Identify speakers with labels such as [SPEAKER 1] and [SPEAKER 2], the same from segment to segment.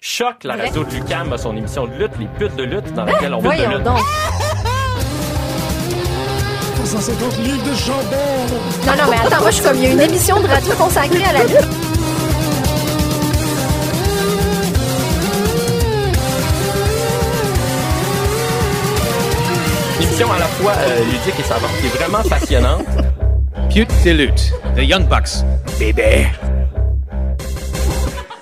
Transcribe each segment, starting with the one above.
[SPEAKER 1] Choc, la
[SPEAKER 2] Vrai?
[SPEAKER 1] radio de Lucam a son émission de lutte, les putes de lutte, dans laquelle on parle de
[SPEAKER 2] Voyons
[SPEAKER 1] lutte.
[SPEAKER 2] donc.
[SPEAKER 3] 150 livres de chambon.
[SPEAKER 2] Non, non, mais attends, moi, je suis comme, il y a une émission de radio consacrée à la lutte.
[SPEAKER 1] Une émission à la fois euh, ludique et savante, qui est vraiment passionnante.
[SPEAKER 4] Pute de lutte, The Young Bucks.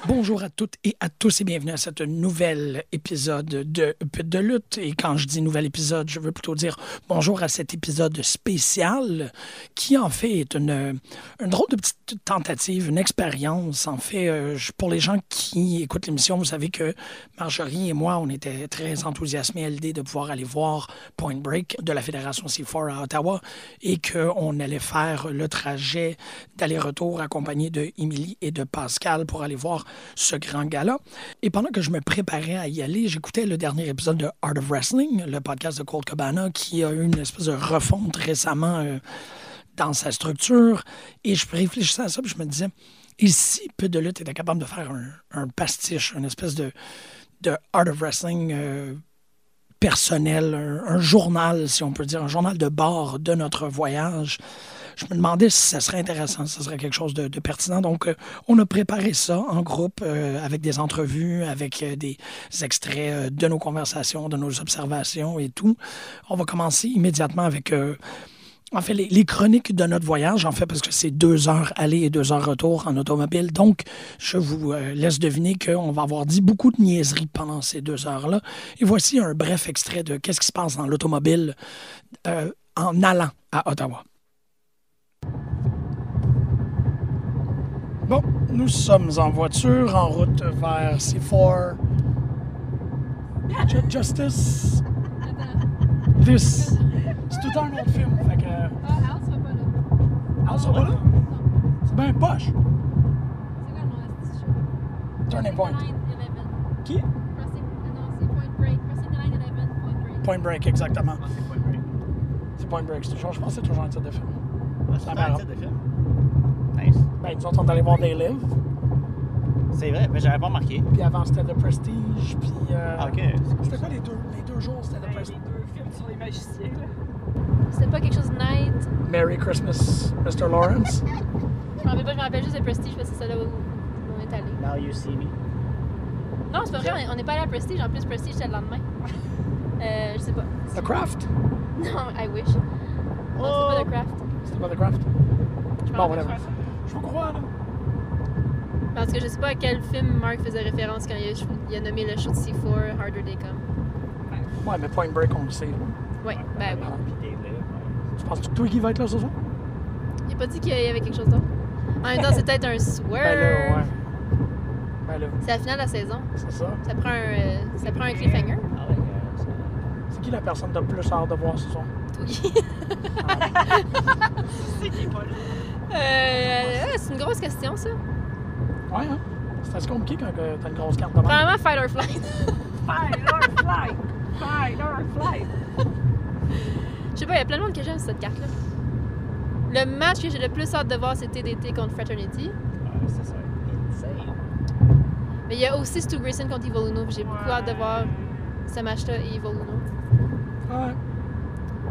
[SPEAKER 3] Bonjour à toutes et à tous et bienvenue à ce nouvel épisode de Pute de lutte. Et quand je dis nouvel épisode, je veux plutôt dire bonjour à cet épisode spécial qui en fait est une, une drôle de petite tentative, une expérience. En fait, euh, je- pour les gens qui écoutent l'émission, vous savez que Marjorie et moi, on était très enthousiasmés à l'idée de pouvoir aller voir Point Break de la Fédération C4 à Ottawa et qu'on allait faire le trajet d'aller-retour accompagné de Émilie et de Pascal pour aller voir ce grand gala. Et pendant que je me préparais à y aller, j'écoutais le dernier épisode de Art of Wrestling, le podcast de Colt Cabana qui a eu une espèce de refonte récemment euh, dans sa structure. Et je réfléchissais à ça, puis je me disais, et si Peu de Lutte était capable de faire un, un pastiche, une espèce de, de Art of Wrestling euh, personnel, un, un journal, si on peut dire, un journal de bord de notre voyage. Je me demandais si ça serait intéressant, si ça serait quelque chose de, de pertinent. Donc, euh, on a préparé ça en groupe euh, avec des entrevues, avec euh, des extraits euh, de nos conversations, de nos observations et tout. On va commencer immédiatement avec euh, en fait, les, les chroniques de notre voyage, en fait, parce que c'est deux heures aller et deux heures retour en automobile. Donc, je vous euh, laisse deviner qu'on va avoir dit beaucoup de niaiseries pendant ces deux heures-là. Et voici un bref extrait de qu'est-ce qui se passe dans l'automobile euh, en allant à Ottawa. Bon, nous sommes en voiture, en route vers C4. Ju- Justice. This. C'est tout un autre film, fait que. euh,
[SPEAKER 5] Ah, House va pas là.
[SPEAKER 3] House of Balloon? C'est bien poche.
[SPEAKER 5] C'est quoi le nom de ce show?
[SPEAKER 3] Turning Point.
[SPEAKER 5] Crossing the Line 11.
[SPEAKER 3] Qui?
[SPEAKER 5] Crossing, ah non, c'est Point Break. Crossing the Line 11, Point Break.
[SPEAKER 3] Point Break, exactement.
[SPEAKER 5] Ah, c'est Point Break.
[SPEAKER 3] C'est Point Break, c'est toujours, je pense que c'est toujours un titre de film.
[SPEAKER 6] C'est
[SPEAKER 3] Ça
[SPEAKER 6] un
[SPEAKER 3] marche.
[SPEAKER 6] titre de film. Nice.
[SPEAKER 3] Ben, nous autres, on est allé voir They Live,
[SPEAKER 6] C'est vrai, mais j'avais pas remarqué.
[SPEAKER 3] puis avant c'était The Prestige, puis. euh,
[SPEAKER 6] Ah, ok.
[SPEAKER 3] C'était quoi les deux, les deux jours? C'était The Prestige.
[SPEAKER 5] C'était pas quelque chose de night.
[SPEAKER 3] Merry Christmas, Mr. Lawrence.
[SPEAKER 5] Je me rappelle pas, je me rappelle juste de Prestige parce que c'est là où où on est allé.
[SPEAKER 6] Now you see me.
[SPEAKER 5] Non, c'est pas vrai, on- on n'est pas allé à Prestige. En plus, Prestige, c'était le lendemain. Euh, je sais pas.
[SPEAKER 3] The Craft?
[SPEAKER 5] Non, I wish. Non, c'est pas The Craft.
[SPEAKER 3] C'était pas The Craft?
[SPEAKER 5] Je
[SPEAKER 3] Oh.
[SPEAKER 5] me
[SPEAKER 3] Bon,
[SPEAKER 5] rappelle
[SPEAKER 3] whatever.
[SPEAKER 5] pas.
[SPEAKER 3] Je vous crois, là.
[SPEAKER 5] Parce que je sais pas à quel film Mark faisait référence quand il a, il a nommé le show de C4 Harder Day Come.
[SPEAKER 3] Ouais, mais Point Break, on le sait. là.
[SPEAKER 5] Ouais, ben oui.
[SPEAKER 6] Puis t'es là.
[SPEAKER 3] Tu penses que toi qui va être là ce soir?
[SPEAKER 5] Il a pas dit qu'il y avait quelque chose d'autre. En même temps, c'est peut-être un swerve.
[SPEAKER 3] Ben là,
[SPEAKER 5] C'est la finale de la saison.
[SPEAKER 3] c'est ça.
[SPEAKER 5] Ça prend un, euh, ça prend un cliffhanger.
[SPEAKER 6] Ah ouais, euh, c'est-
[SPEAKER 3] C'est qui la personne de plus hâte de voir ce soir?
[SPEAKER 5] Twiggy. Euh, euh, c'est une grosse question, ça.
[SPEAKER 3] Ouais, hein? C'est assez compliqué quand euh, t'as une grosse carte de main.
[SPEAKER 5] Probablement Fight or Flight. Je sais pas, il y a plein de monde que j'aime cette carte-là. Le match que j'ai le plus hâte de voir, c'est TDT contre Fraternity.
[SPEAKER 6] ouais, c'est ça. Insane.
[SPEAKER 5] Mais il y a aussi Stu Grayson contre Evil Uno. puis J'ai beaucoup hâte de voir ce match-là et Evil Uno.
[SPEAKER 3] Ouais.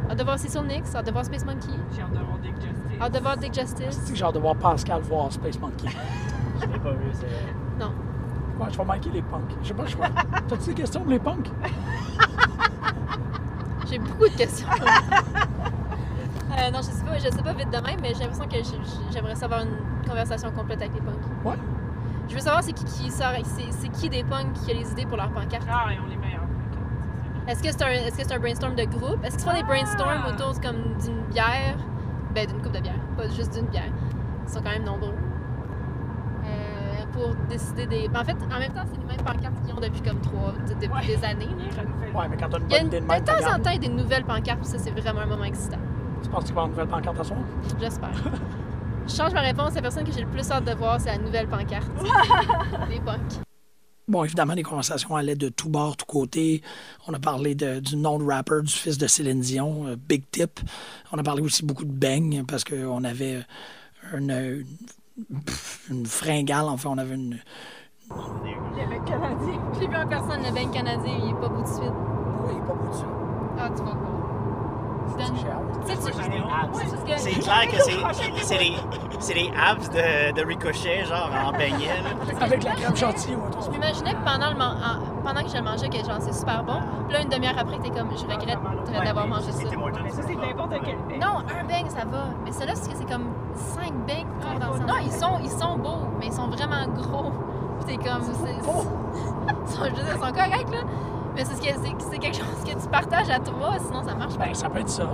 [SPEAKER 5] Hâte de voir Cecil Nix, hâte de voir Space Monkey,
[SPEAKER 7] J'ai hâte de voir Dick Justice.
[SPEAKER 5] hâte de voir Dick Justice.
[SPEAKER 3] C'est que j'ai hâte de voir Pascal voir Space Monkey.
[SPEAKER 6] Je l'ai pas vu, c'est vrai.
[SPEAKER 3] Ouais, je vais manquer les punks. Je sais pas, je vois. T'as-tu des questions pour les punks?
[SPEAKER 5] J'ai beaucoup de questions. Euh, non, je sais pas, je sais pas vite de même, mais j'ai l'impression que j'ai- j'ai- j'aimerais savoir une conversation complète avec les punks.
[SPEAKER 3] Ouais.
[SPEAKER 5] Je veux savoir c'est qui qui sort, c'est c'est qui des punks qui a les idées pour leur pancarte.
[SPEAKER 7] Ah, ils ont les meilleurs. Ok,
[SPEAKER 5] Est-ce que c'est un, est-ce que c'est un brainstorm de groupe? Est-ce qu'ils font des
[SPEAKER 7] Ah!
[SPEAKER 5] brainstorms autour de- comme d'une bière? Ben, d'une coupe de bière, pas juste d'une bière. Ils sont quand même nombreux. Euh, pour décider des... ben, En fait, en même temps, c'est les mêmes pancartes qu'ils ont depuis comme trois, depuis
[SPEAKER 7] Ouais.
[SPEAKER 5] des années.
[SPEAKER 7] c'est ça. Ils renouvellent.
[SPEAKER 3] Ouais, mais quand t'as une
[SPEAKER 5] Il y a
[SPEAKER 3] bonne
[SPEAKER 5] une-
[SPEAKER 3] idée de
[SPEAKER 5] de
[SPEAKER 3] même,
[SPEAKER 5] temps en
[SPEAKER 3] regarde.
[SPEAKER 5] temps, il y a des nouvelles pancartes, puis ça, c'est vraiment un moment excitant.
[SPEAKER 3] tu penses que tu vas avoir une nouvelle pancarte à soir?
[SPEAKER 5] J'espère. Je change ma réponse. La personne que j'ai le plus hâte de voir, c'est la nouvelle pancarte. Les punks.
[SPEAKER 3] Bon, évidemment, les conversations allaient de tous bords, tous côtés. On a parlé de- du nom de rapper du fils de Céline Dion, euh, Big Tip. On a parlé aussi beaucoup de bang parce euh, qu'on avait une, une, pff, une fringale, enfin, on avait une,
[SPEAKER 8] Le mec canadien.
[SPEAKER 5] Je l'ai vu en personne, le Ben canadien, il est pas beau de suite.
[SPEAKER 9] Pourquoi il est pas beau dessus?
[SPEAKER 5] Ah, tu vas voir. Tu donnes-
[SPEAKER 9] J'ai hâte.
[SPEAKER 5] Tu sais, tu-
[SPEAKER 6] C'est des abs.
[SPEAKER 5] Ouais, parce que-
[SPEAKER 6] C'est clair que c'est- c'est des, c'est des abs de, de ricochet, genre en beignet. là.
[SPEAKER 5] parce que
[SPEAKER 3] Avec la crème
[SPEAKER 5] je m'imaginais-
[SPEAKER 3] chantilly, ouais,
[SPEAKER 5] Je m'imaginais que pendant, le man- en- pendant que je le mangeais, que genre c'est super bon. Puis là, une demi-heure après, t'es comme, je regrette
[SPEAKER 6] Ouais,
[SPEAKER 5] d'avoir
[SPEAKER 6] mais
[SPEAKER 5] mangé ça.
[SPEAKER 6] c'était moins
[SPEAKER 8] Mais ça, c'est n'importe quel pays.
[SPEAKER 5] Non, un bang, ça va. Mais ceux-là, c'est que c'est comme 5 bangs qu'on dans Non, ils sont, ils sont beaux, mais ils sont vraiment gros. Puis t'es comme. c'est- ils sont, je veux dire, ils sont corrects, là. Mais c'est, ce que, c'est, c'est quelque chose que tu partages à trois, sinon ça marche pas.
[SPEAKER 3] Ben, ça peut être ça.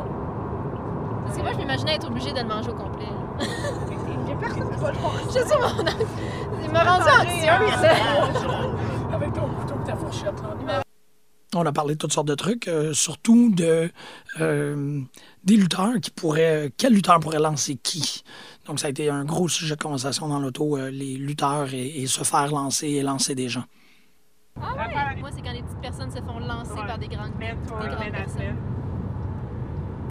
[SPEAKER 5] Parce que moi, je m'imaginais être obligée de le manger au complet.
[SPEAKER 8] Il y a personne qui va le voir.
[SPEAKER 5] Je suis sûre, mon Il m'a rendu anxieuse.
[SPEAKER 3] Avec ton couteau et ta fourchette, On a parlé de toutes sortes de trucs, euh, surtout de euh, des lutteurs qui pourraient. Quel lutteur pourrait lancer qui? Donc, ça a été un gros sujet de conversation dans l'auto, euh, les lutteurs et, et se faire lancer et lancer des gens.
[SPEAKER 5] Ah ouais? Moi, c'est quand les petites personnes se font lancer
[SPEAKER 8] Ouais.
[SPEAKER 5] par des grandes,
[SPEAKER 8] Semaine,
[SPEAKER 5] des
[SPEAKER 8] toi,
[SPEAKER 5] grandes
[SPEAKER 8] semaine à
[SPEAKER 5] personnes.
[SPEAKER 8] semaine.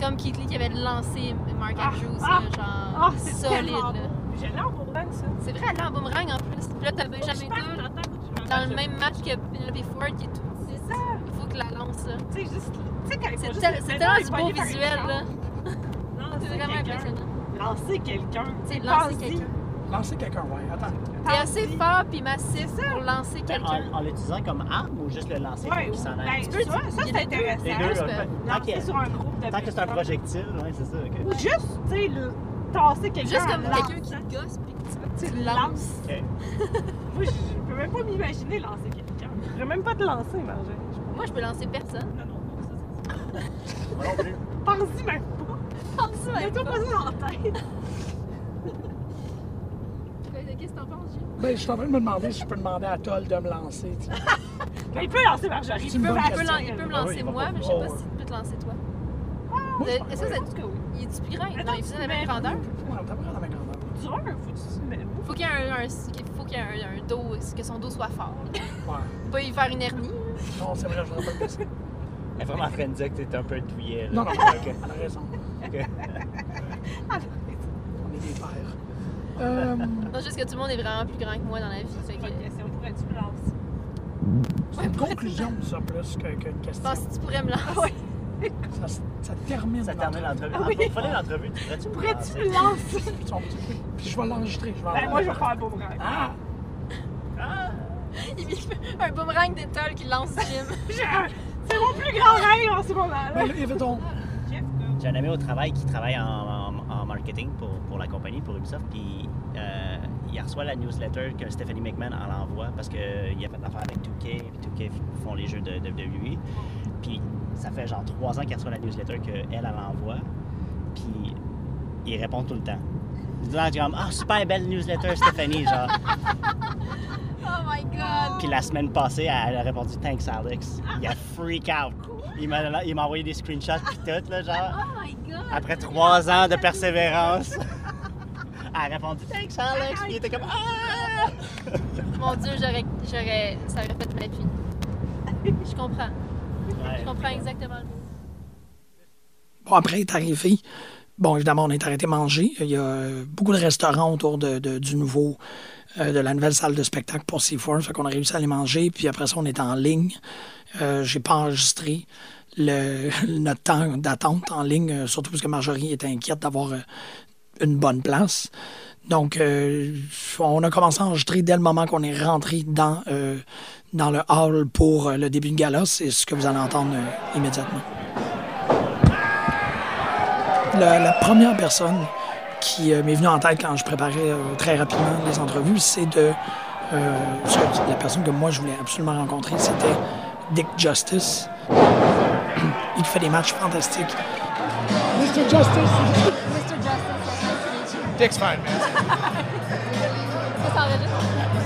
[SPEAKER 5] Comme Keith Lee qui avait lancé Mark
[SPEAKER 8] Ah,
[SPEAKER 5] Andrews,
[SPEAKER 8] ah,
[SPEAKER 5] là, genre
[SPEAKER 8] Ah, c'est
[SPEAKER 5] solide.
[SPEAKER 8] tellement
[SPEAKER 5] là.
[SPEAKER 8] beau. J'ai l'air pour vrai, ça.
[SPEAKER 5] C'est vrai, elle est en boomerang en plus. Puis là, t'as
[SPEAKER 8] Je
[SPEAKER 5] Benjamin
[SPEAKER 8] pense
[SPEAKER 5] Toll
[SPEAKER 8] dans le temps où tu me
[SPEAKER 5] dans
[SPEAKER 8] manges.
[SPEAKER 5] le même match que Penelope Ford qui est tout petit.
[SPEAKER 8] C'est ça.
[SPEAKER 5] Il faut que la lance, là.
[SPEAKER 8] Tu sais, juste. Tu sais, quand ils font
[SPEAKER 5] C'est
[SPEAKER 8] juste
[SPEAKER 5] tel-
[SPEAKER 8] le
[SPEAKER 5] c'est
[SPEAKER 8] pédale,
[SPEAKER 5] tellement
[SPEAKER 8] ils
[SPEAKER 5] du
[SPEAKER 8] sont
[SPEAKER 5] beau
[SPEAKER 8] pognés par une
[SPEAKER 5] visuel,
[SPEAKER 8] jambe.
[SPEAKER 5] là. C'est
[SPEAKER 8] Lancer
[SPEAKER 5] vraiment
[SPEAKER 8] quelqu'un.
[SPEAKER 5] impressionnant.
[SPEAKER 8] Lancer quelqu'un.
[SPEAKER 5] Tu sais, lancer
[SPEAKER 8] Pense-y.
[SPEAKER 5] quelqu'un.
[SPEAKER 3] Lancer quelqu'un, ouais, attends.
[SPEAKER 5] T'es
[SPEAKER 8] Pense-y.
[SPEAKER 5] assez fort puis massif pour lancer
[SPEAKER 6] Ben,
[SPEAKER 5] quelqu'un.
[SPEAKER 6] En, en l'utilisant comme arme ou juste le lancer
[SPEAKER 8] Ouais,
[SPEAKER 6] qui s'en
[SPEAKER 8] ben,
[SPEAKER 6] aille?
[SPEAKER 8] tu vois, ça,
[SPEAKER 5] Il
[SPEAKER 8] c'est
[SPEAKER 5] y a des deux.
[SPEAKER 8] intéressant.
[SPEAKER 6] Les
[SPEAKER 5] juste,
[SPEAKER 6] deux,
[SPEAKER 5] ben,
[SPEAKER 6] tant
[SPEAKER 8] Lancer
[SPEAKER 6] que-
[SPEAKER 8] sur un groupe
[SPEAKER 6] tant
[SPEAKER 8] de
[SPEAKER 6] que c'est un
[SPEAKER 8] personnes.
[SPEAKER 6] projectile, ouais, c'est ça. ok.
[SPEAKER 8] Ou juste, tu sais, le- tasser quelqu'un.
[SPEAKER 5] Juste comme
[SPEAKER 8] en lançant.
[SPEAKER 5] quelqu'un qui te gosse puis que
[SPEAKER 8] Ah, Tu
[SPEAKER 5] tu, tu
[SPEAKER 8] le
[SPEAKER 5] le
[SPEAKER 8] lances.
[SPEAKER 5] lances.
[SPEAKER 8] Moi, je, je peux même pas m'imaginer lancer quelqu'un. Je pourrais même pas te lancer, Marjorie.
[SPEAKER 5] Moi, je peux lancer personne.
[SPEAKER 8] Non, non, non, ça, c'est-
[SPEAKER 6] Moi non plus.
[SPEAKER 8] Pense-y même pas.
[SPEAKER 5] Pense ça,
[SPEAKER 8] Mets-toi pas ça dans la tête.
[SPEAKER 5] Qu'est-ce que t'en penses, Gilles?
[SPEAKER 3] Ben, je suis en train de me demander si je peux demander à Toll de me lancer. tu sais.
[SPEAKER 8] Mais il peut lancer Marjorie.
[SPEAKER 3] C'est une bonne
[SPEAKER 5] Il peut, lan- il peut me
[SPEAKER 6] Ah oui,
[SPEAKER 5] lancer
[SPEAKER 6] il va
[SPEAKER 5] moi,
[SPEAKER 6] pas-
[SPEAKER 5] mais je sais pas
[SPEAKER 6] oh,
[SPEAKER 5] si tu peux te lancer toi.
[SPEAKER 8] Ah,
[SPEAKER 3] Moi, je
[SPEAKER 5] Euh,
[SPEAKER 3] pense
[SPEAKER 5] Est-ce que
[SPEAKER 3] que
[SPEAKER 5] ça.
[SPEAKER 8] que oui.
[SPEAKER 5] Il est-tu plus grand?
[SPEAKER 8] Attends,
[SPEAKER 5] Non, il est plus de la
[SPEAKER 8] tu
[SPEAKER 5] même
[SPEAKER 8] mets-
[SPEAKER 5] grandeur.
[SPEAKER 3] Ouais, on t'a pas la main grandeur.
[SPEAKER 8] Dur, faut-tu se mettre.
[SPEAKER 5] Faut qu'il y ait un, un- faut qu'il y ait un, un dos, que son dos soit fort. là.
[SPEAKER 3] Ouais.
[SPEAKER 5] Pas y faire une hernie.
[SPEAKER 3] Non, c'est vrai, je n'aurais pas le casser.
[SPEAKER 6] Elle est vraiment en train de dire que t'es un peu douillet. là.
[SPEAKER 3] Non, non,
[SPEAKER 6] Ok.
[SPEAKER 3] elle a raison. On est des pères. Euh,
[SPEAKER 5] Non, juste que tout le monde est vraiment plus grand que moi dans la vie. Fait que,
[SPEAKER 8] Bonne question. Pourrais-tu me lancer?
[SPEAKER 3] c'est une conclusion, ça, plus que- qu'une
[SPEAKER 5] je
[SPEAKER 3] question.
[SPEAKER 5] pense que tu pourrais me lancer.
[SPEAKER 3] Ça, se- ça termine.
[SPEAKER 6] Ça termine l'entrevue.
[SPEAKER 8] Ah oui.
[SPEAKER 6] Pour finir l'entrevue, tu pourrais-tu me
[SPEAKER 8] Pourrais-tu
[SPEAKER 6] lancer?
[SPEAKER 8] me lancer?
[SPEAKER 3] Son petit coup. Puis je vais l'enregistrer. Je vais
[SPEAKER 8] Ben, moi, je vais faire un boomerang.
[SPEAKER 3] Ah!
[SPEAKER 5] Il fait un boomerang d'étoile qui lance Jim.
[SPEAKER 8] J'ai un- C'est mon plus grand rêve en ce moment. là.
[SPEAKER 3] Ben, là, évitons.
[SPEAKER 8] Jeff,
[SPEAKER 6] J'ai un ami au travail qui travaille en, en- en marketing pour, pour la compagnie, pour Ubisoft, puis euh, il reçoit la newsletter que Stephanie McMahon en envoie parce qu'il a fait l'affaire avec 2K, puis 2K font les jeux de, de WWE. Puis ça fait genre trois ans qu'il reçoit la newsletter qu'elle, elle envoie, puis il répond tout le temps. Il dit genre, ah, super belle newsletter, Stephanie, genre.
[SPEAKER 5] Oh my god.
[SPEAKER 6] Puis la semaine passée, elle a répondu Thanks Alex. Il a freak out. Il m'a il m'a envoyé des screenshots puis tout, là, genre.
[SPEAKER 5] Oh my god.
[SPEAKER 6] Après trois ans de persévérance, elle a répondu Thanks Alex. Puis il était comme Ah!
[SPEAKER 5] Mon dieu, j'aurais. j'aurais ça aurait fait ma vie. Je comprends. Je comprends exactement le mot.
[SPEAKER 3] Bon, après est arrivé. Bon, évidemment, on est arrêté manger. Il y a euh, beaucoup de restaurants autour de, de- du nouveau, euh, de la nouvelle salle de spectacle pour C4. Fait qu'on a réussi à aller manger. Puis après ça, on est en ligne. Euh, J'ai pas enregistré le, notre temps d'attente en ligne, euh, surtout parce que Marjorie était inquiète d'avoir euh, une bonne place. Donc, euh, on a commencé à enregistrer dès le moment qu'on est rentré dans, euh, dans le hall pour euh, le début de gala. C'est ce que vous allez entendre euh, immédiatement. La, la première personne qui euh, m'est venue en tête quand je préparais euh, très rapidement les entrevues, c'est de euh, ce que- la personne que moi je voulais absolument rencontrer, c'était Dick Justice. Il fait des matchs fantastiques. Mr. Justice.
[SPEAKER 5] Mr. Justice,
[SPEAKER 10] Dick's fine, man.
[SPEAKER 5] That's all it is.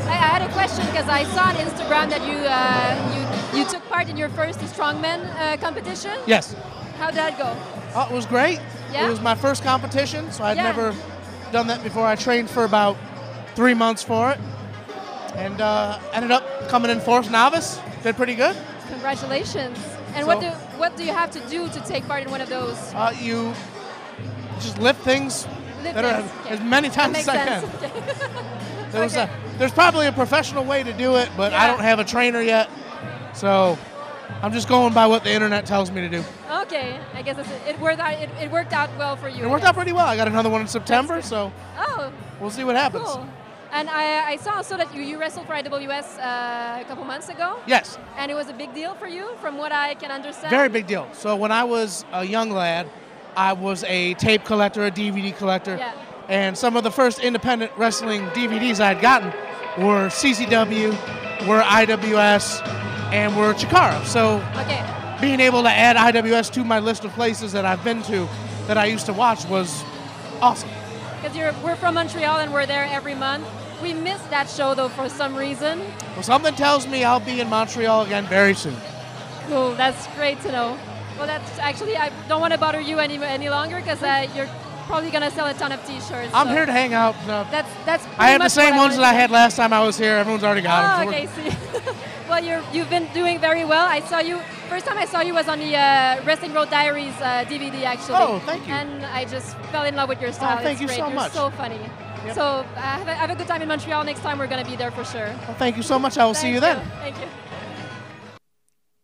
[SPEAKER 5] I, I had a question because I saw on Instagram that you, uh, you you took part in your first strongman uh, competition.
[SPEAKER 2] Yes.
[SPEAKER 5] How did that go?
[SPEAKER 2] Oh, it was great.
[SPEAKER 5] Yeah?
[SPEAKER 2] It was my first competition, so I'd
[SPEAKER 5] Yeah.
[SPEAKER 2] never done that before. I trained for about three months for it and uh, ended up coming in fourth novice. Did pretty good.
[SPEAKER 5] Congratulations! And what do
[SPEAKER 2] So-
[SPEAKER 5] what do you have to do to take part in one of those?
[SPEAKER 2] Uh, you just lift things
[SPEAKER 5] Lift
[SPEAKER 2] that are
[SPEAKER 5] things, okay.
[SPEAKER 2] as many
[SPEAKER 5] That
[SPEAKER 2] times as
[SPEAKER 5] makes
[SPEAKER 2] I
[SPEAKER 5] sense.
[SPEAKER 2] can. There was
[SPEAKER 5] Okay.
[SPEAKER 2] a
[SPEAKER 11] there's probably a professional way to do it, but I
[SPEAKER 2] Yeah.
[SPEAKER 11] don't have a trainer yet, so I'm just going by what the internet tells me to do.
[SPEAKER 2] Okay, I guess that's it. It worked out. It, it worked out well for you.
[SPEAKER 11] It
[SPEAKER 2] I
[SPEAKER 11] worked out
[SPEAKER 2] guess.
[SPEAKER 11] pretty well. I got another one in September, so
[SPEAKER 2] Oh,
[SPEAKER 11] we'll see what happens.
[SPEAKER 2] cool. And I, I saw also that you, you wrestled for IWS uh, a couple months ago,
[SPEAKER 11] Yes,
[SPEAKER 2] and it was a big deal for you, from what I can understand.
[SPEAKER 11] very big deal. So when I was a young lad, I was a tape collector, a DVD collector,
[SPEAKER 2] Yeah.
[SPEAKER 11] and some of the first independent wrestling DVDs I'd gotten were CCW, were IWS, and were Chikara. So
[SPEAKER 2] Okay.
[SPEAKER 11] being able to add IWS to my list of places that I've been to that I used to watch was awesome.
[SPEAKER 2] Because you're we're from Montreal and we're there every month. We missed that show though for some reason.
[SPEAKER 11] Well, something tells me I'll be in Montreal again very soon.
[SPEAKER 2] Cool. That's great to know. Well, that's actually I don't want to bother you any any longer because uh, you're probably gonna sell a ton of T-shirts.
[SPEAKER 11] I'm
[SPEAKER 2] so
[SPEAKER 11] here to hang out. No,
[SPEAKER 2] That's that's.
[SPEAKER 11] I
[SPEAKER 2] pretty
[SPEAKER 11] have the
[SPEAKER 2] much
[SPEAKER 11] same
[SPEAKER 2] what
[SPEAKER 11] ones that I
[SPEAKER 2] wanted
[SPEAKER 11] had last time I was here. Everyone's already got
[SPEAKER 2] Oh,
[SPEAKER 11] them. so we're-
[SPEAKER 2] okay. See. well, you're you've been doing very well. I saw you. First time I saw you was on the uh, Wrestling Road Diaries uh, DVD, actually.
[SPEAKER 11] Oh, thank you. Oh,
[SPEAKER 2] And I just fell in love with your style.
[SPEAKER 11] thank
[SPEAKER 2] It's
[SPEAKER 11] you
[SPEAKER 2] great.
[SPEAKER 11] so
[SPEAKER 2] you're
[SPEAKER 11] much.
[SPEAKER 2] so funny.
[SPEAKER 11] Yep.
[SPEAKER 2] So uh, have, a, have a good time in Montreal. Next time we're gonna be there for sure.
[SPEAKER 11] Well, thank you so much. I will see
[SPEAKER 2] Thank
[SPEAKER 11] you then.
[SPEAKER 2] Thank you.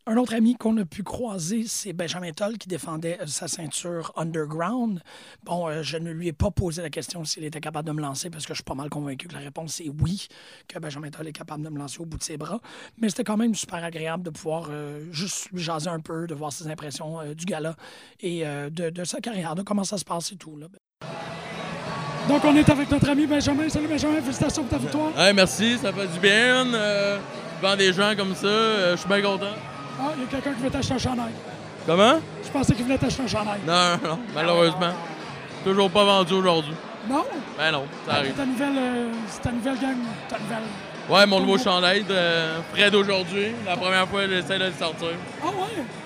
[SPEAKER 3] Un autre ami qu'on a pu croiser, c'est Benjamin Toll qui défendait euh, sa ceinture underground. Bon, euh, je ne lui ai pas posé la question s'il était capable de me lancer parce que je suis pas mal convaincu que la réponse est oui, que Benjamin Toll est capable de me lancer au bout de ses bras. Mais c'était quand même super agréable de pouvoir euh, juste lui jaser un peu, de voir ses impressions euh, du gala et euh, de, de sa carrière, de comment ça se passe et tout. là.
[SPEAKER 5] Donc, on est avec notre ami Benjamin. Salut Benjamin, félicitations pour ta victoire.
[SPEAKER 12] Ouais, merci, ça fait du bien. Euh, devant des gens comme ça, euh, je suis bien content.
[SPEAKER 5] Ah, il y a quelqu'un qui veut t'acheter un chandail.
[SPEAKER 12] Comment?
[SPEAKER 5] Je pensais qu'il venait t'acheter un chandail.
[SPEAKER 12] Non, non, non, malheureusement. Toujours pas vendu aujourd'hui.
[SPEAKER 5] Non?
[SPEAKER 12] Ben non, ça
[SPEAKER 5] C'est
[SPEAKER 12] arrive.
[SPEAKER 5] ta nouvelle, euh, c'est ta nouvelle gang, ta nouvelle...
[SPEAKER 12] Ouais, mon nouveau chandail de euh, frais d'aujourd'hui. La première fois, j'essaie de le sortir. Ouais,
[SPEAKER 5] Ah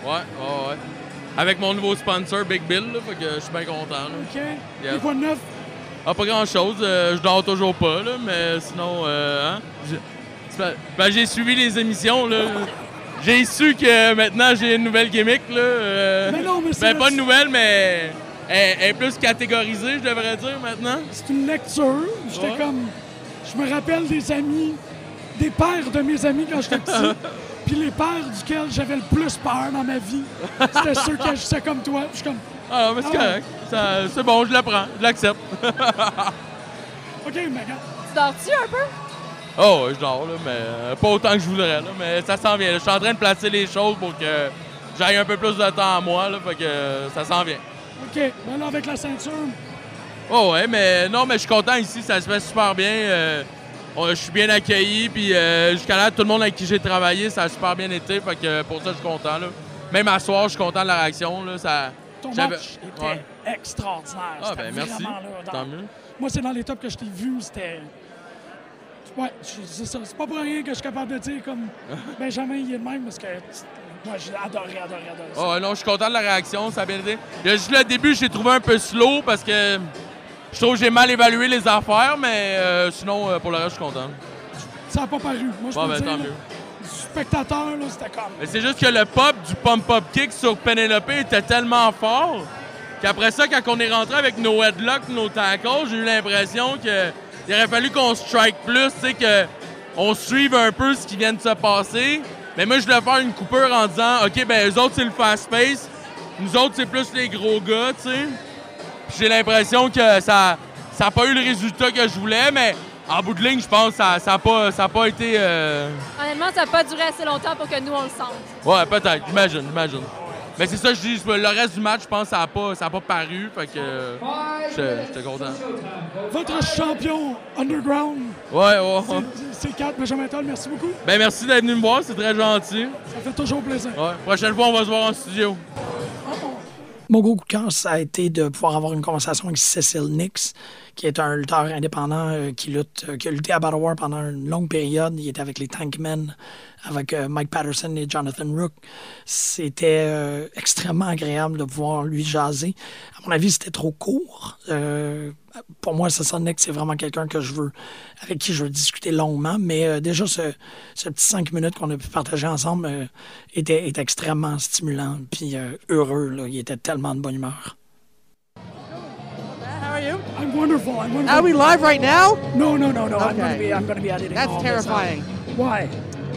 [SPEAKER 5] ouais?
[SPEAKER 12] ouais, ouais. Avec mon nouveau sponsor, Big Bill, là, fait que je suis bien content. là.
[SPEAKER 5] OK. Il est quoi de neuf?
[SPEAKER 12] Ah, pas grand-chose, euh, je dors toujours pas, là, mais sinon, euh, hein? j'ai- c'est pas- ben, j'ai suivi les émissions, là. J'ai su que maintenant, j'ai une nouvelle gimmick, là. euh,
[SPEAKER 5] Mais non, mais c'est
[SPEAKER 12] Ben,
[SPEAKER 5] le-
[SPEAKER 12] pas de nouvelle, mais elle, elle est plus catégorisée, je devrais dire, maintenant.
[SPEAKER 5] C'est une lecture. J'étais
[SPEAKER 12] Ouais.
[SPEAKER 5] comme... Je me rappelle des amis, des pères de mes amis quand j'étais petit. Puis les pères duquel j'avais le plus peur dans ma vie, c'était ceux qui agissaient comme toi. Puis Je suis comme...
[SPEAKER 12] Ah, mais
[SPEAKER 5] Ah
[SPEAKER 12] c'est
[SPEAKER 5] ouais.
[SPEAKER 12] correct. Ça- C'est bon, je la prends, je l'accepte.
[SPEAKER 5] OK, mais regarde.
[SPEAKER 2] Tu dors-tu un peu?
[SPEAKER 12] Oh, ouais, je dors, là, mais euh, pas autant que je voudrais, là, mais ça s'en vient. là. Je suis en train de placer les choses pour que j'aille un peu plus de temps à moi, là, fait que euh, ça s'en vient.
[SPEAKER 5] OK, ben là, avec la ceinture,
[SPEAKER 12] Oh ouais, mais non, mais je suis content ici, ça se fait super bien. euh, on- je suis bien accueilli, puis euh, jusqu'à là, tout le monde avec qui j'ai travaillé, ça a super bien été, fait que euh, pour ça, je suis content. Là. Même à soir, je suis content de la réaction. Là, ça,
[SPEAKER 5] ton
[SPEAKER 12] j'avais-
[SPEAKER 5] match était
[SPEAKER 12] Ouais.
[SPEAKER 5] extraordinaire.
[SPEAKER 12] Ah,
[SPEAKER 5] C'était
[SPEAKER 12] ben merci.
[SPEAKER 5] vraiment là, dans-
[SPEAKER 12] Tant mieux.
[SPEAKER 5] Moi, c'est dans les tops que je t'ai vu, c'était. Ouais, je- c'est ça. C'est pas pour rien que je suis capable de dire comme Benjamin, il est de même, parce que moi, j'ai adoré, adoré, adoré. ça.
[SPEAKER 12] Oh, ouais, non, je suis content de la réaction, ça a bien été. Il y a juste le début, j'ai trouvé un peu slow parce que je trouve que j'ai mal évalué les affaires, mais euh, sinon, euh, pour le reste, je suis content.
[SPEAKER 5] Ça a pas paru. Moi, je
[SPEAKER 12] Bon,
[SPEAKER 5] peux
[SPEAKER 12] ben,
[SPEAKER 5] le dire, là,
[SPEAKER 12] tant mieux.
[SPEAKER 5] du spectateur, là, c'était comme.
[SPEAKER 12] Mais c'est juste que le pop du pump-up kick sur Penelope était tellement fort qu'après ça, quand on est rentré avec nos headlocks, nos tacos, j'ai eu l'impression que il aurait fallu qu'on strike plus, tu sais, que on suive un peu ce qui vient de se passer. Mais moi, je voulais faire une coupure en disant, OK, ben eux autres, c'est le fast-pace. Nous autres, c'est plus les gros gars, tu sais. Puis J'ai l'impression que ça ça a pas eu le résultat que je voulais, mais en bout de ligne, je pense que ça n'a pas, ça a pas été... euh,
[SPEAKER 2] Honnêtement, ça n'a pas duré assez longtemps pour que nous on le sente.
[SPEAKER 12] Ouais, peut-être, j'imagine, j'imagine. Mais c'est ça, je dis, le reste du match, je pense que ça n'a pas, ça a pas paru, fait que. euh, J'étais j'étais content.
[SPEAKER 5] Votre champion underground,
[SPEAKER 12] Ouais, ouais.
[SPEAKER 5] c'est- c'est 4, Benjamin Toll, merci beaucoup.
[SPEAKER 12] Ben merci d'être venu me voir, c'est très gentil.
[SPEAKER 5] Ça fait toujours plaisir.
[SPEAKER 12] Ouais. Prochaine fois, on va se voir en studio.
[SPEAKER 3] Mon gros coup de cœur, ça a été de pouvoir avoir une conversation avec Cecil Nix, qui est un lutteur indépendant euh, qui lutte, euh, qui a lutté à Battle War pendant une longue période. Il était avec les Tankmen, avec euh, Mike Patterson et Jonathan Rook. C'était euh, extrêmement agréable de pouvoir lui jaser. À mon avis, c'était trop court. Euh, pour moi, Cecil Nix, c'est vraiment quelqu'un que je veux, avec qui je veux discuter longuement. Mais euh, déjà, ce, ce petit cinq minutes qu'on a pu partager ensemble euh, était, est extrêmement stimulant puis euh, heureux. Là. Il était tellement de bonne humeur.
[SPEAKER 5] I'm wonderful.
[SPEAKER 3] wonderful. I'm wonderful.
[SPEAKER 11] Are we live right now?
[SPEAKER 3] No, no, no, no. I'm gonna
[SPEAKER 11] Okay.
[SPEAKER 3] be. I'm gonna be editing.
[SPEAKER 11] That's
[SPEAKER 3] all this out.
[SPEAKER 11] terrifying.
[SPEAKER 3] Why?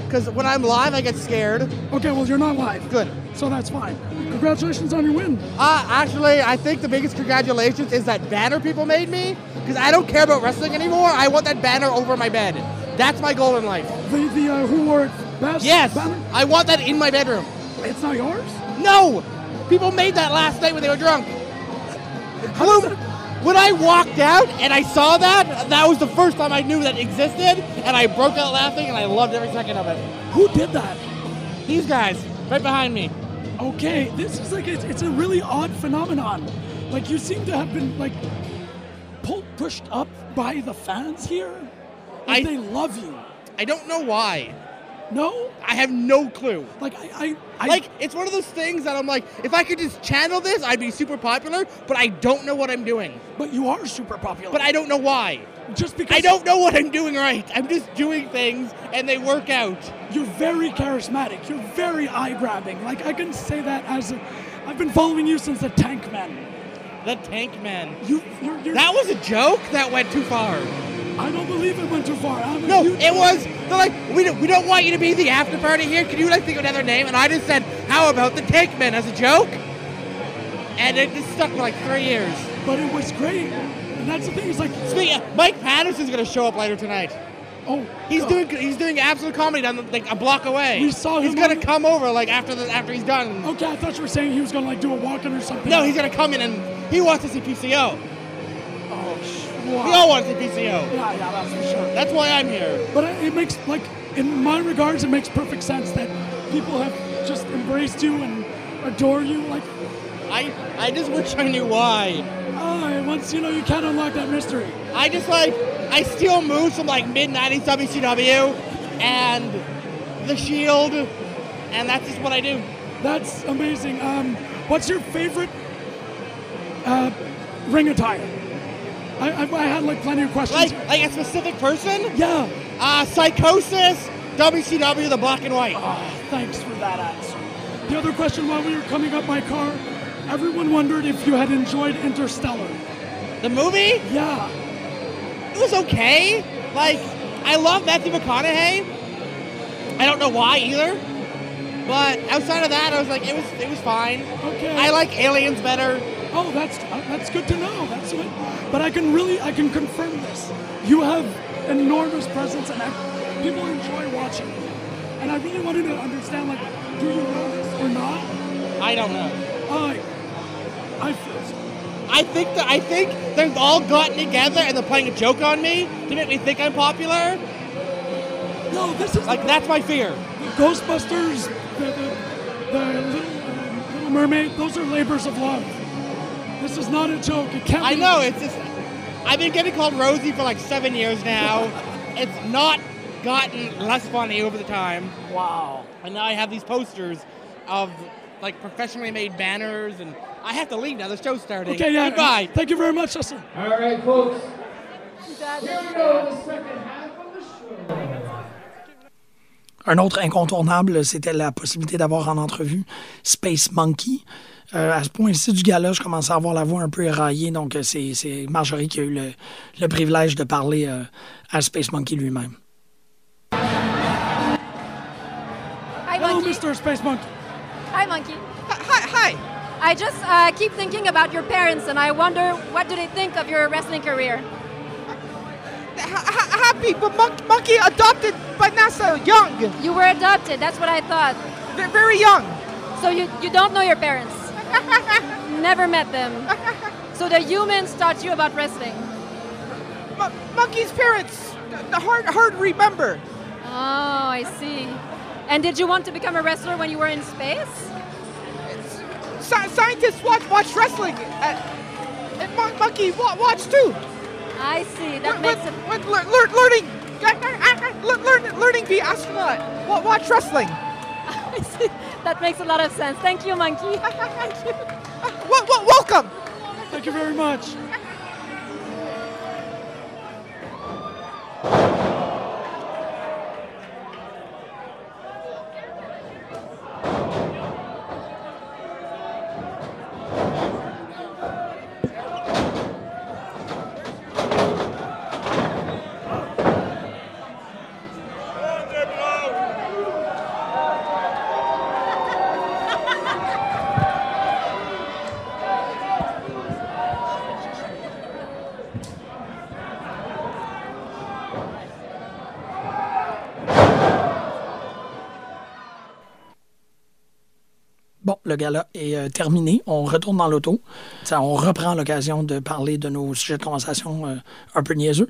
[SPEAKER 11] Because when I'm live, I get scared.
[SPEAKER 3] Okay, well you're not live,
[SPEAKER 11] Good.
[SPEAKER 3] so that's fine. Congratulations on your win.
[SPEAKER 11] Uh, actually, I think the biggest congratulations is that banner people made me. Because I don't care about wrestling anymore. I want that banner over my bed. That's my goal in life.
[SPEAKER 3] The the uh, who wore it best?
[SPEAKER 11] Yes,
[SPEAKER 3] banner?
[SPEAKER 11] I want that in my bedroom.
[SPEAKER 3] It's not yours.
[SPEAKER 11] No! People made that last night when they were drunk. Bloom, when I walked out and I saw that, that was the first time I knew that existed, and I broke out laughing and I loved every second of it.
[SPEAKER 3] Who did that?
[SPEAKER 11] These guys, right behind me.
[SPEAKER 3] Okay, this is like it's, it's a really odd phenomenon. Like you seem to have been like pulled, pushed up by the fans here. Like,
[SPEAKER 11] I-
[SPEAKER 3] they love you.
[SPEAKER 11] I don't know why.
[SPEAKER 3] No,
[SPEAKER 11] I have no clue.
[SPEAKER 3] like I, I, I
[SPEAKER 11] Like, it's one of those things that I'm like, if I could just channel this, I'd be super popular, but I don't know what I'm doing.
[SPEAKER 3] But you are super popular.
[SPEAKER 11] But I don't know why.
[SPEAKER 3] just because
[SPEAKER 11] I don't know what I'm doing right. I'm just doing things and they work out.
[SPEAKER 3] You're very charismatic. You're very eye grabbing. Like I can say that as a, I've been following you since the Tank Man.
[SPEAKER 11] The Tank Man.
[SPEAKER 3] You, you're, you're
[SPEAKER 11] That was a joke. That went too far.
[SPEAKER 3] I don't believe it went too far. I'm a
[SPEAKER 11] No,
[SPEAKER 3] huge
[SPEAKER 11] it
[SPEAKER 3] fan.
[SPEAKER 11] was. They're like, we don't, we don't want you to be the after party here. Can you like think of another name? And I just said, how about the Tank Man as a joke? And it just stuck for like three years.
[SPEAKER 3] But it was great. And that's the thing. It's like,
[SPEAKER 11] Speaking, Mike Patterson's gonna show up later tonight.
[SPEAKER 3] oh,
[SPEAKER 11] He's
[SPEAKER 3] God.
[SPEAKER 11] doing he's doing absolute comedy down the, like a block away.
[SPEAKER 3] We saw
[SPEAKER 11] He's
[SPEAKER 3] him
[SPEAKER 11] gonna
[SPEAKER 3] on- Oh.
[SPEAKER 11] come over like after the, after he's done.
[SPEAKER 3] Okay, I thought you were saying he was gonna like do a walk-in or something.
[SPEAKER 11] No, he's gonna come in and he wants to see PCO.
[SPEAKER 3] Oh, sh-
[SPEAKER 11] We
[SPEAKER 3] wow.
[SPEAKER 11] all want to see PCO.
[SPEAKER 3] Yeah, yeah, that's for sure.
[SPEAKER 11] That's why I'm here.
[SPEAKER 3] But it it makes like, in my regards, it makes perfect sense that people have just embraced you and adore you. Like,
[SPEAKER 11] I I just wish I knew why.
[SPEAKER 3] ah, once you know, you can't unlock that mystery.
[SPEAKER 11] I just like I steal moves from like mid '90s WCW and The Shield, and that's just what I do.
[SPEAKER 3] That's amazing. Um, what's your favorite uh, ring attire? I, I, I had like plenty of questions.
[SPEAKER 11] Like like a specific person,
[SPEAKER 3] yeah.
[SPEAKER 11] uh, Psychosis, WCW, the black and white.
[SPEAKER 3] Ah, thanks for that answer. The other question while we were coming up my car, everyone wondered if you had enjoyed Interstellar.
[SPEAKER 11] The movie,
[SPEAKER 3] Yeah.
[SPEAKER 11] it was okay. Like I love Matthew McConaughey. I don't know why either, but outside of that, I was like it was it was fine.
[SPEAKER 3] Okay.
[SPEAKER 11] I like Aliens better.
[SPEAKER 3] Oh, that's uh, that's good to know. That's what. But I can really I can confirm this. You have enormous presence, and I, people enjoy watching. you. And I really wanted to understand, like, do you know this or not?
[SPEAKER 11] I don't know.
[SPEAKER 3] I, I feel.
[SPEAKER 11] I think that I think they've all gotten together and they're playing a joke on me to make me think I'm popular.
[SPEAKER 3] No, this is
[SPEAKER 11] Like that's my fear.
[SPEAKER 3] Ghostbusters, the, the, the little, uh, little Mermaid, those are labors of love. This is not a joke. It can't
[SPEAKER 11] I
[SPEAKER 3] be-
[SPEAKER 11] know it's just I've been getting called Rosie for like seven years now. It's not gotten less funny over the time.
[SPEAKER 3] Wow.
[SPEAKER 11] And now I have these posters of like professionally made banners and I have to leave now. The show's starting.
[SPEAKER 3] Okay, yeah.
[SPEAKER 11] Goodbye.
[SPEAKER 3] Thank you very much, Justin.
[SPEAKER 13] Un autre incontournable, c'était la possibilité d'avoir en entrevue Space Monkey. Euh, à ce point-ci du gala, je commençais à avoir la voix un peu éraillée, donc euh, c'est c'est Marjorie qui a eu le, le privilège de parler euh, à Space Monkey lui-même.
[SPEAKER 2] Hi,
[SPEAKER 3] Hello,
[SPEAKER 2] monkey.
[SPEAKER 3] Mr. Space Monkey.
[SPEAKER 2] Hi, monkey.
[SPEAKER 8] Hi, hi.
[SPEAKER 2] I just uh, keep thinking about your parents, and I wonder what do they think of your wrestling career.
[SPEAKER 8] Ha- ha- happy, but mon- monkey adopted by NASA, young,
[SPEAKER 2] You were adopted. That's what I thought.
[SPEAKER 8] They're very young.
[SPEAKER 2] So you you don't know your parents. Never met them. So the humans taught you about wrestling.
[SPEAKER 8] Mon- monkey's parents, the- the hard, hard remember.
[SPEAKER 2] Oh, I see. And did you want to become a wrestler when you were in space?
[SPEAKER 8] Sci- scientists watch, watch wrestling, uh, and mon- monkey wa- watch too.
[SPEAKER 2] I see. That
[SPEAKER 8] With,
[SPEAKER 2] makes
[SPEAKER 8] with,
[SPEAKER 2] it.
[SPEAKER 8] with lear- lear- learning, lear- learn- learning be astronaut, wa- watch wrestling.
[SPEAKER 2] I see. That makes a lot of sense. Thank you, monkey.
[SPEAKER 8] Wa- wa- welcome.
[SPEAKER 3] Thank you very much. Bon, le gala est euh, terminé. On retourne dans l'auto. Ça, on reprend l'occasion de parler de nos sujets de conversation euh, un peu niaiseux.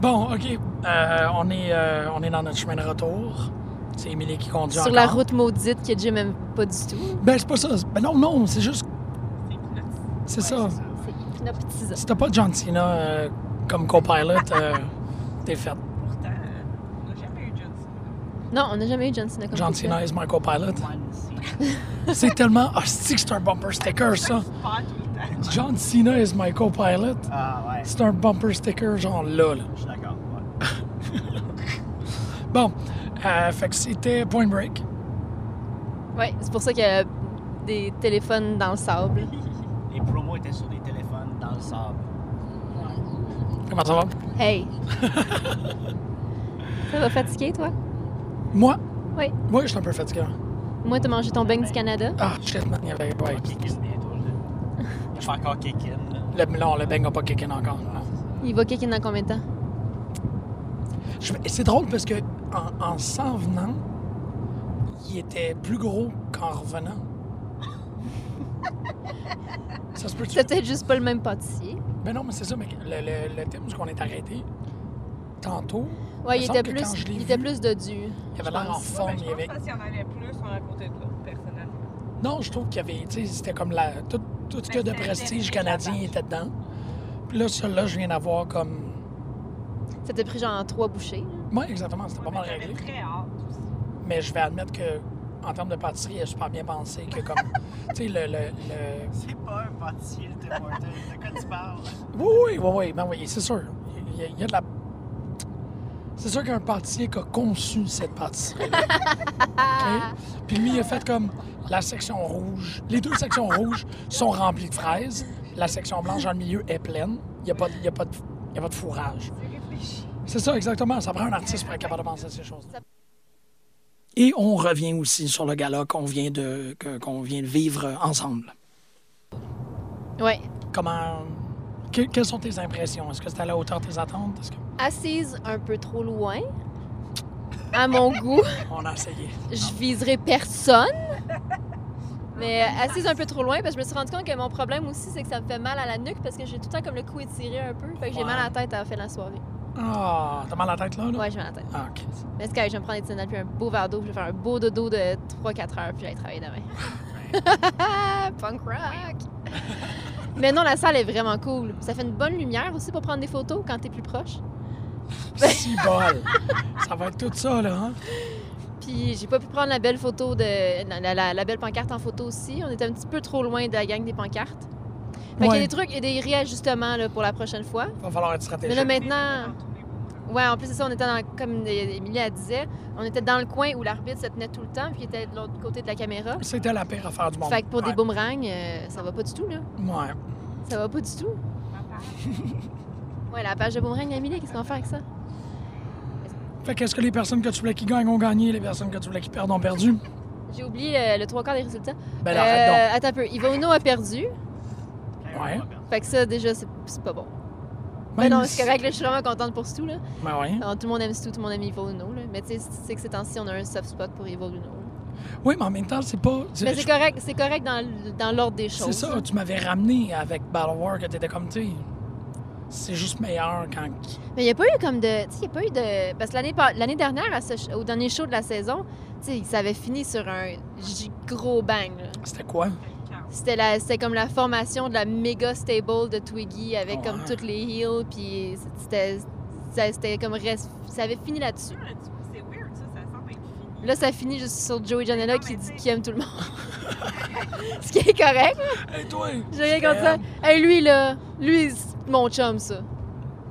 [SPEAKER 3] Bon, OK. Euh, on, est, euh, on est dans notre chemin de retour. C'est Émilie qui conduit
[SPEAKER 2] Sur la
[SPEAKER 3] encore.
[SPEAKER 2] route maudite que Jim aime pas du tout.
[SPEAKER 3] Ben, c'est pas ça. Ben non, non, c'est juste... C'est ça. Si t'as pas John Cena euh, comme copilot, euh, t'es fait.
[SPEAKER 2] Non, on n'a jamais eu John Cena comme
[SPEAKER 3] John
[SPEAKER 2] couple.
[SPEAKER 3] Cena is my copilot. C'est tellement... Ah, c'est que c'est un bumper sticker, ça. John Cena is my copilot. C'est un bumper sticker, genre là. là.
[SPEAKER 6] ah, Je suis d'accord. ouais.
[SPEAKER 3] Bon, euh, fait que c'était Point Break.
[SPEAKER 2] Ouais, c'est pour ça qu'il y a des téléphones dans le sable.
[SPEAKER 6] Les promos étaient sur des téléphones dans le sable.
[SPEAKER 3] Comment ça va?
[SPEAKER 2] Hey! ça va fatiguer, toi?
[SPEAKER 3] Moi?
[SPEAKER 2] Oui.
[SPEAKER 3] Moi, je suis un peu fatigué.
[SPEAKER 2] Moi, t'as mangé ton beigne du Canada?
[SPEAKER 3] Ah, shit, man, il y avait... Ouais.
[SPEAKER 6] Je suis encore kick-in.
[SPEAKER 3] Le, non, le bang n'a pas kick in encore. non.
[SPEAKER 2] Il va kick in dans combien de temps?
[SPEAKER 3] Je- et C'est drôle parce que en, en s'en venant, il était plus gros qu'en revenant. ça se peut-tu?
[SPEAKER 2] C'est peut-être juste pas le même pâtissier.
[SPEAKER 3] Ben non, mais c'est ça, mais le, le, le thème où on est arrêté, tantôt,
[SPEAKER 2] Ouais,
[SPEAKER 3] me
[SPEAKER 2] il
[SPEAKER 3] semble
[SPEAKER 2] était,
[SPEAKER 3] que
[SPEAKER 2] plus,
[SPEAKER 3] quand je l'ai
[SPEAKER 2] il
[SPEAKER 3] vu-
[SPEAKER 2] était plus de dû.
[SPEAKER 3] il avait l'air en forme. il avait...
[SPEAKER 8] S'il y en allait plus, on à côté de l'autre, personnellement.
[SPEAKER 3] Non, je trouve qu'il y avait, tu sais, c'était comme la, tout, tout ce qu'il y a de prestige canadien était dedans. Puis là, celui-là, je viens d'avoir comme...
[SPEAKER 2] Ça t'a pris genre trois bouchées. là.
[SPEAKER 3] Moi, exactement, c'était pas mal réglé.
[SPEAKER 8] J'avais très hâte.
[SPEAKER 3] Mais je vais admettre que, en termes de pâtisserie, elle a super bien pensé que comme, tu sais, le, le, le-
[SPEAKER 6] C'est pas un pâtissier, le Tim Hortons. De quoi tu parles?
[SPEAKER 3] Oui, oui, oui, oui, ben oui, c'est sûr. Il y a, il y a de la... C'est sûr qu'un pâtissier qui a conçu cette pâtisserie. Puis lui, il a fait comme la section rouge. Les deux sections rouges sont remplies de fraises. La section blanche dans le milieu est pleine. Il n'y a, pas de- il y a, pas de- il y a pas de fourrage. C'est ça, exactement. Ça prend un artiste pour être capable de penser à ces choses-là. Et on revient aussi sur le gala qu'on vient, de, que- qu'on vient de vivre ensemble.
[SPEAKER 2] Ouais.
[SPEAKER 3] Comment. que- quelles sont tes impressions? Est-ce que c'est à la hauteur de tes attentes? Est-ce que-
[SPEAKER 2] Assise un peu trop loin, à mon goût.
[SPEAKER 3] On a essayé.
[SPEAKER 2] je viserai personne. Mais assise un peu trop loin, parce que je me suis rendu compte que mon problème aussi, c'est que ça me fait mal à la nuque parce que j'ai tout le temps comme le cou étiré un peu. Fait que j'ai
[SPEAKER 3] Ouais.
[SPEAKER 2] mal à la tête à la fin de la soirée.
[SPEAKER 3] Ah, t'as mal à la tête là? là?
[SPEAKER 2] Ouais, j'ai mal à la tête.
[SPEAKER 3] Ah, ok.
[SPEAKER 2] Mais c'est correct, je vais me prendre des Tylenol puis un beau verre d'eau, puis je vais faire un beau dodo de 3-4 heures, puis j'allais travailler demain. Punk rock! Mais non, la salle est vraiment cool. Ça fait une bonne lumière aussi pour prendre des photos quand t'es plus proche.
[SPEAKER 3] Si bol! ça va être tout ça, là, hein?
[SPEAKER 2] Puis j'ai pas pu prendre la belle photo de la, la- la belle pancarte en photo aussi. On était un petit peu trop loin de la gang des pancartes. Fait qu'il y
[SPEAKER 3] Ouais.
[SPEAKER 2] a des trucs et des réajustements là, pour la prochaine fois.
[SPEAKER 3] Va falloir être stratégique.
[SPEAKER 2] Mais là maintenant, ouais, en plus c'est ça, on était dans, comme Émilie elle disait, on était dans le coin où l'arbitre se tenait tout le temps puis il était de l'autre côté de la caméra.
[SPEAKER 3] C'était la pire affaire du monde.
[SPEAKER 2] Fait que pour
[SPEAKER 3] Ouais.
[SPEAKER 2] des boomerangs, euh, ça va pas du tout là.
[SPEAKER 3] Ouais.
[SPEAKER 2] Ça va pas du tout. Ouais, la page de boomerang d'Émilie, qu'est-ce qu'on va faire avec ça?
[SPEAKER 3] Fait qu'est-ce que les personnes que tu voulais qui gagnent ont gagné, les personnes que tu voulais qui perdent ont perdu?
[SPEAKER 2] J'ai oublié euh, le, le trois quarts des résultats. Euh,
[SPEAKER 3] Ben, arrête donc.
[SPEAKER 2] Attends un peu, Ivo Uno a perdu.
[SPEAKER 3] Ouais.
[SPEAKER 2] Fait que ça, déjà, c'est c'est pas bon.
[SPEAKER 3] Même
[SPEAKER 2] Mais ben non,
[SPEAKER 3] si-
[SPEAKER 2] c'est correct, là, je suis vraiment contente pour Stu. Là.
[SPEAKER 3] Ben ouais.
[SPEAKER 2] Alors, tout le monde aime Stu, tout le monde aime Ivo Uno. Là. Mais tu sais, c'est que ces temps-ci, on a un soft spot pour Ivo Uno. là.
[SPEAKER 3] Oui, mais en même temps, c'est pas.
[SPEAKER 2] Mais c'est correct, c'est correct dans, l- dans l'ordre des choses.
[SPEAKER 3] C'est ça,
[SPEAKER 2] là.
[SPEAKER 3] tu m'avais ramené avec Battle War que t'étais comme, tu sais, C'est juste meilleur quand.
[SPEAKER 2] Mais il n'y a pas eu comme de. Tu sais, il n'y a pas eu de. Parce que l'année, par- l'année dernière, à ce sh- au dernier show de la saison, tu sais, ça avait fini sur un gi- gros bang. là.
[SPEAKER 3] C'était quoi?
[SPEAKER 2] C'était, la, c'était comme la formation de la méga stable de Twiggy avec comme
[SPEAKER 3] Ouais.
[SPEAKER 2] toutes les heels, puis c'était, ça- c'était comme. res- Ça avait fini là-dessus.
[SPEAKER 8] C'est weird, ça, ça semble être fini.
[SPEAKER 2] Là, ça finit juste sur Joey Janela qui dit qu'il aime tout le monde. Ce qui est correct. là.
[SPEAKER 3] Hey, toi!
[SPEAKER 2] J'ai rien contre ça. Hey, lui, là, lui, c'est mon chum, ça.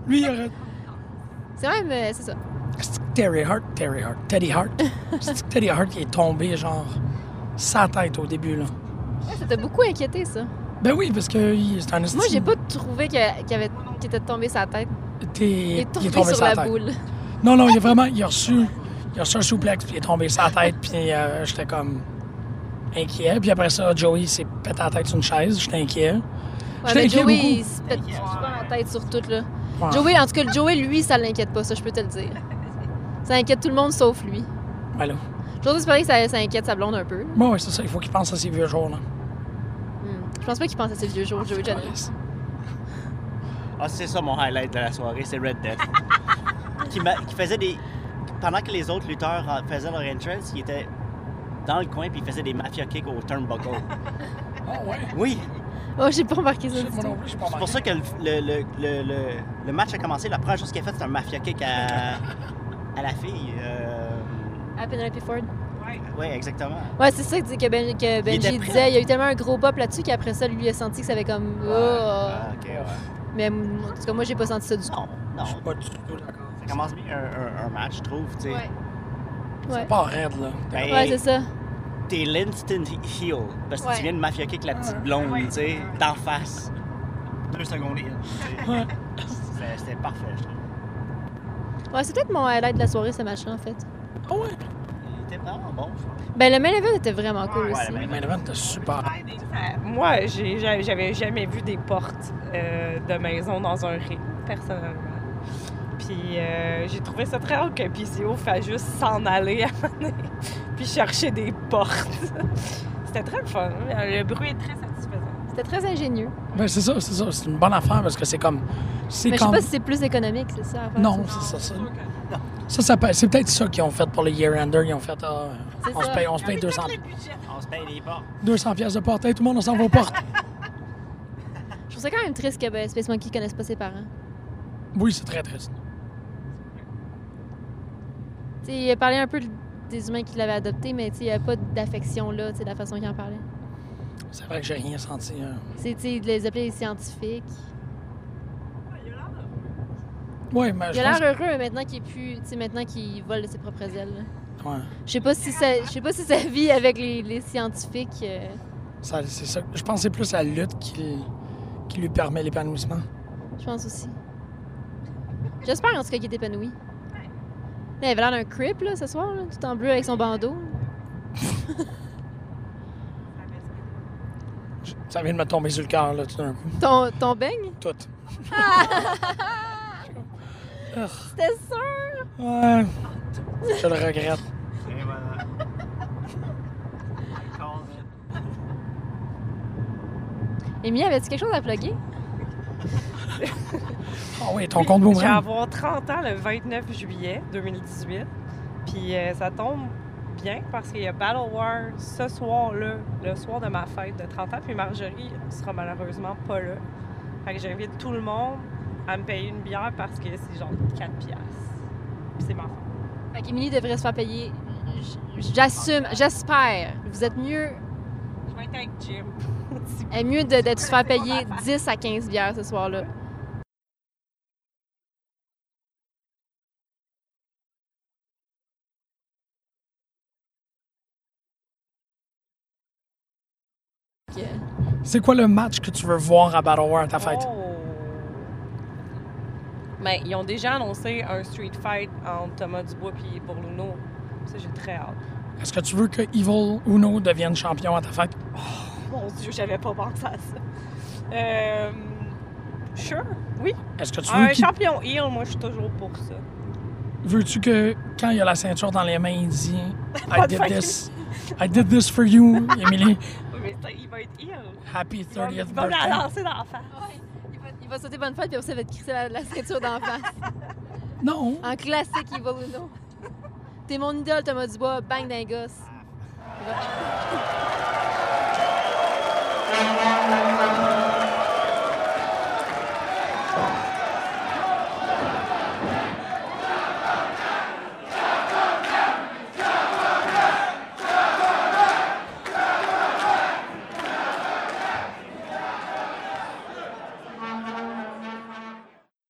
[SPEAKER 3] Lui, il aurait.
[SPEAKER 2] C'est même, euh, c'est ça.
[SPEAKER 3] Terry Hart, Terry Hart, Teddy Hart. C'est-tu que Teddy Hart, il est tombé, genre, sa tête au début, là.
[SPEAKER 2] Ouais, Ça t'a beaucoup inquiété, ça.
[SPEAKER 3] Ben oui, parce que il- c'est un
[SPEAKER 2] Moi, j'ai pas trouvé que- qu'il avait- qu'il était tombé sa tête.
[SPEAKER 3] T'es-
[SPEAKER 2] Il est tombé, sur
[SPEAKER 3] sa
[SPEAKER 2] la
[SPEAKER 3] tête.
[SPEAKER 2] boule.
[SPEAKER 3] Non, non, il a vraiment. Il a reçu. Il a reçu un souplex, puis il est tombé sa tête, puis euh, j'étais comme. inquiet. Puis après ça, Joey s'est pété la tête sur une chaise, j'étais inquiet.
[SPEAKER 2] Ouais,
[SPEAKER 3] j'étais
[SPEAKER 2] mais
[SPEAKER 3] inquiet
[SPEAKER 2] Joey,
[SPEAKER 3] beaucoup.
[SPEAKER 2] il se pète souvent la tête sur tout, là.
[SPEAKER 3] Ouais.
[SPEAKER 2] Joey, en tout cas, le Joey, lui, ça l'inquiète pas, ça, je peux te le dire. Ça inquiète tout le monde sauf lui.
[SPEAKER 3] Ben là.
[SPEAKER 2] J'ose espérer que ça, ça inquiète sa blonde un peu.
[SPEAKER 3] Bon, ouais, c'est ça, il faut qu'il pense à ses vieux jours, là.
[SPEAKER 2] Je pense pas qu'il pense à ses vieux jours, Joey Jennings.
[SPEAKER 6] Ah, c'est ça mon highlight de la soirée, c'est Red Death. qui, m'a- qui faisait des. Pendant que les autres lutteurs en- faisaient leur entrance, il était dans le coin puis il faisait des mafia kicks au turnbuckle.
[SPEAKER 3] Oh, ouais.
[SPEAKER 6] Oui!
[SPEAKER 2] Oh, j'ai pas remarqué ça. du tout.
[SPEAKER 6] C'est pour ça que le, le- le- le- le- le match a commencé. La première chose qu'il a faite, c'est un mafia kick à, à la fille. euh,
[SPEAKER 2] À Penelope Ford.
[SPEAKER 6] Ouais, exactement.
[SPEAKER 2] Ouais, c'est ça que, que, Ben- que Benji
[SPEAKER 6] était prêt.
[SPEAKER 2] disait. Il y a eu tellement un gros pop là-dessus qu'après ça, lui, il a senti que ça avait comme. Oh.
[SPEAKER 6] Ah, ok, ouais.
[SPEAKER 2] Mais mm, en tout cas, moi, j'ai pas senti ça du tout.
[SPEAKER 6] Non. Ça commence bien un, un- un match, je trouve, tu sais.
[SPEAKER 2] Ouais. Ouais.
[SPEAKER 3] Pas raide, là.
[SPEAKER 6] Ben,
[SPEAKER 2] Ouais, c'est ça.
[SPEAKER 6] T'es l'instant heel, parce que
[SPEAKER 2] Ouais.
[SPEAKER 6] tu viens de mafia kick la petite blonde, tu sais, d'en face. Deux secondes heel, tu sais. C'était- C'était parfait, je trouve.
[SPEAKER 2] Ouais, c'est peut-être mon highlight de la soirée, ce match-là, en fait.
[SPEAKER 3] Ah ouais?
[SPEAKER 6] Il était vraiment bon.
[SPEAKER 2] Ben, le main event était vraiment cool
[SPEAKER 8] Ouais,
[SPEAKER 2] aussi.
[SPEAKER 6] ben,
[SPEAKER 8] le main
[SPEAKER 3] event était super.
[SPEAKER 8] Ah, Moi, j'ai- j'a- j'avais jamais vu des portes euh, de maison dans un ring, personnellement. Puis euh, j'ai trouvé ça très rare que PCO fasse juste s'en aller à un moment donné, puis chercher des portes. C'était très le fun. Le bruit est très satisfaisant.
[SPEAKER 2] C'était très ingénieux.
[SPEAKER 3] Ben, c'est ça, c'est ça. C'est une bonne affaire parce que c'est comme. C'est
[SPEAKER 2] Mais je sais
[SPEAKER 3] comme-
[SPEAKER 2] pas si c'est plus économique, c'est ça. à faire
[SPEAKER 3] Non,
[SPEAKER 2] ça.
[SPEAKER 3] c'est ça. ça. Ça, ça peut- c'est peut-être ça qu'ils ont fait pour le Year Ender. Ils ont fait, ah,
[SPEAKER 2] C'est
[SPEAKER 3] on se
[SPEAKER 2] ça.
[SPEAKER 3] paye, on se paye
[SPEAKER 2] Ils ont
[SPEAKER 3] 200,
[SPEAKER 6] On se paye des portes.
[SPEAKER 3] 200 pièces de porte. Hey, tout le monde, on s'en va aux portes.
[SPEAKER 2] Je trouve ça quand même triste que ben, Space Monkey connaisse pas ses parents.
[SPEAKER 3] Oui, c'est très triste.
[SPEAKER 2] Tu sais, il a parlé un peu de- des humains qui l'avaient adopté, mais tu sais, il n'y a pas d'affection là, tu sais, de la façon qu'il en parlait.
[SPEAKER 3] C'est vrai que j'ai rien senti. hein.
[SPEAKER 2] C'est tu sais, de les appeler les scientifiques.
[SPEAKER 3] Ouais, mais
[SPEAKER 2] Il
[SPEAKER 3] je
[SPEAKER 2] a
[SPEAKER 3] pense
[SPEAKER 2] l'air heureux maintenant qu'il est plus, tu sais, maintenant qu'il vole de ses propres ailes. là.
[SPEAKER 3] que- ouais.
[SPEAKER 2] Je sais pas si ça, je sais pas si sa vie avec les, les scientifiques. euh,
[SPEAKER 3] Ça, c'est ça. Je pense que c'est plus la lutte qui, qui lui permet l'épanouissement.
[SPEAKER 2] je pense aussi. J'espère en tout cas qu'il est épanoui. Là, il avait l'air d'un creep là, ce soir, là, tout en bleu avec son bandeau.
[SPEAKER 3] Ça vient de me tomber sur le cœur, là, tout d'un coup.
[SPEAKER 2] Ton, ton beigne?
[SPEAKER 3] Tout. Ugh.
[SPEAKER 2] C'était sûr!
[SPEAKER 3] Ouais. Je le regrette.
[SPEAKER 6] Et voilà.
[SPEAKER 2] Émilie, avait-tu quelque chose à plugger?
[SPEAKER 3] Ah oui, ton compte boomerang.
[SPEAKER 8] Je vais avoir 30 ans le 29 juillet 2018. Puis euh, ça tombe bien parce qu'il y a Battle War ce soir-là, le soir de ma fête de 30 ans. Puis Marjorie sera malheureusement pas là. Fait que j'invite tout le monde à me payer une bière parce que c'est genre 4 piastres. Puis c'est ma fête.
[SPEAKER 2] Fait qu'Émilie devrait se faire payer. J- J'assume, j'espère. Vous êtes mieux,
[SPEAKER 8] Je vais être avec Jim.
[SPEAKER 2] est mieux de, de se faire payer 10 à 15 bières ce soir-là.
[SPEAKER 3] C'est quoi le match que tu veux voir à Battle War à ta fête?
[SPEAKER 8] Mais Oh! Ben, ils ont déjà annoncé un street fight entre Thomas Dubois et Bourluno. Ça, j'ai très hâte.
[SPEAKER 3] Est-ce que tu veux que Evil Uno devienne champion à ta fête?
[SPEAKER 8] Mon Dieu, j'avais pas pensé à ça. Euh, sure, oui.
[SPEAKER 3] Est-ce que tu veux
[SPEAKER 8] Un
[SPEAKER 3] qu'il-
[SPEAKER 8] champion heel, moi, je suis toujours pour ça.
[SPEAKER 3] Veux-tu que quand il a la ceinture dans les mains, il dit I
[SPEAKER 8] Pas de
[SPEAKER 3] did
[SPEAKER 8] fucking-
[SPEAKER 3] this. I did this for you, Emily.
[SPEAKER 8] Oui, mais ça, il va être heel.
[SPEAKER 3] Happy
[SPEAKER 8] Il va, il
[SPEAKER 3] 30th
[SPEAKER 8] va me la
[SPEAKER 3] birthday.
[SPEAKER 8] lancer dans la face.
[SPEAKER 2] Il va sauter bonne fête, puis on ça, il va te crisser la, la ceinture d'en face.
[SPEAKER 3] Non.
[SPEAKER 2] En classique, il va ou non. T'es mon idole, Thomas Dubois, bang d'un gosse. Il va-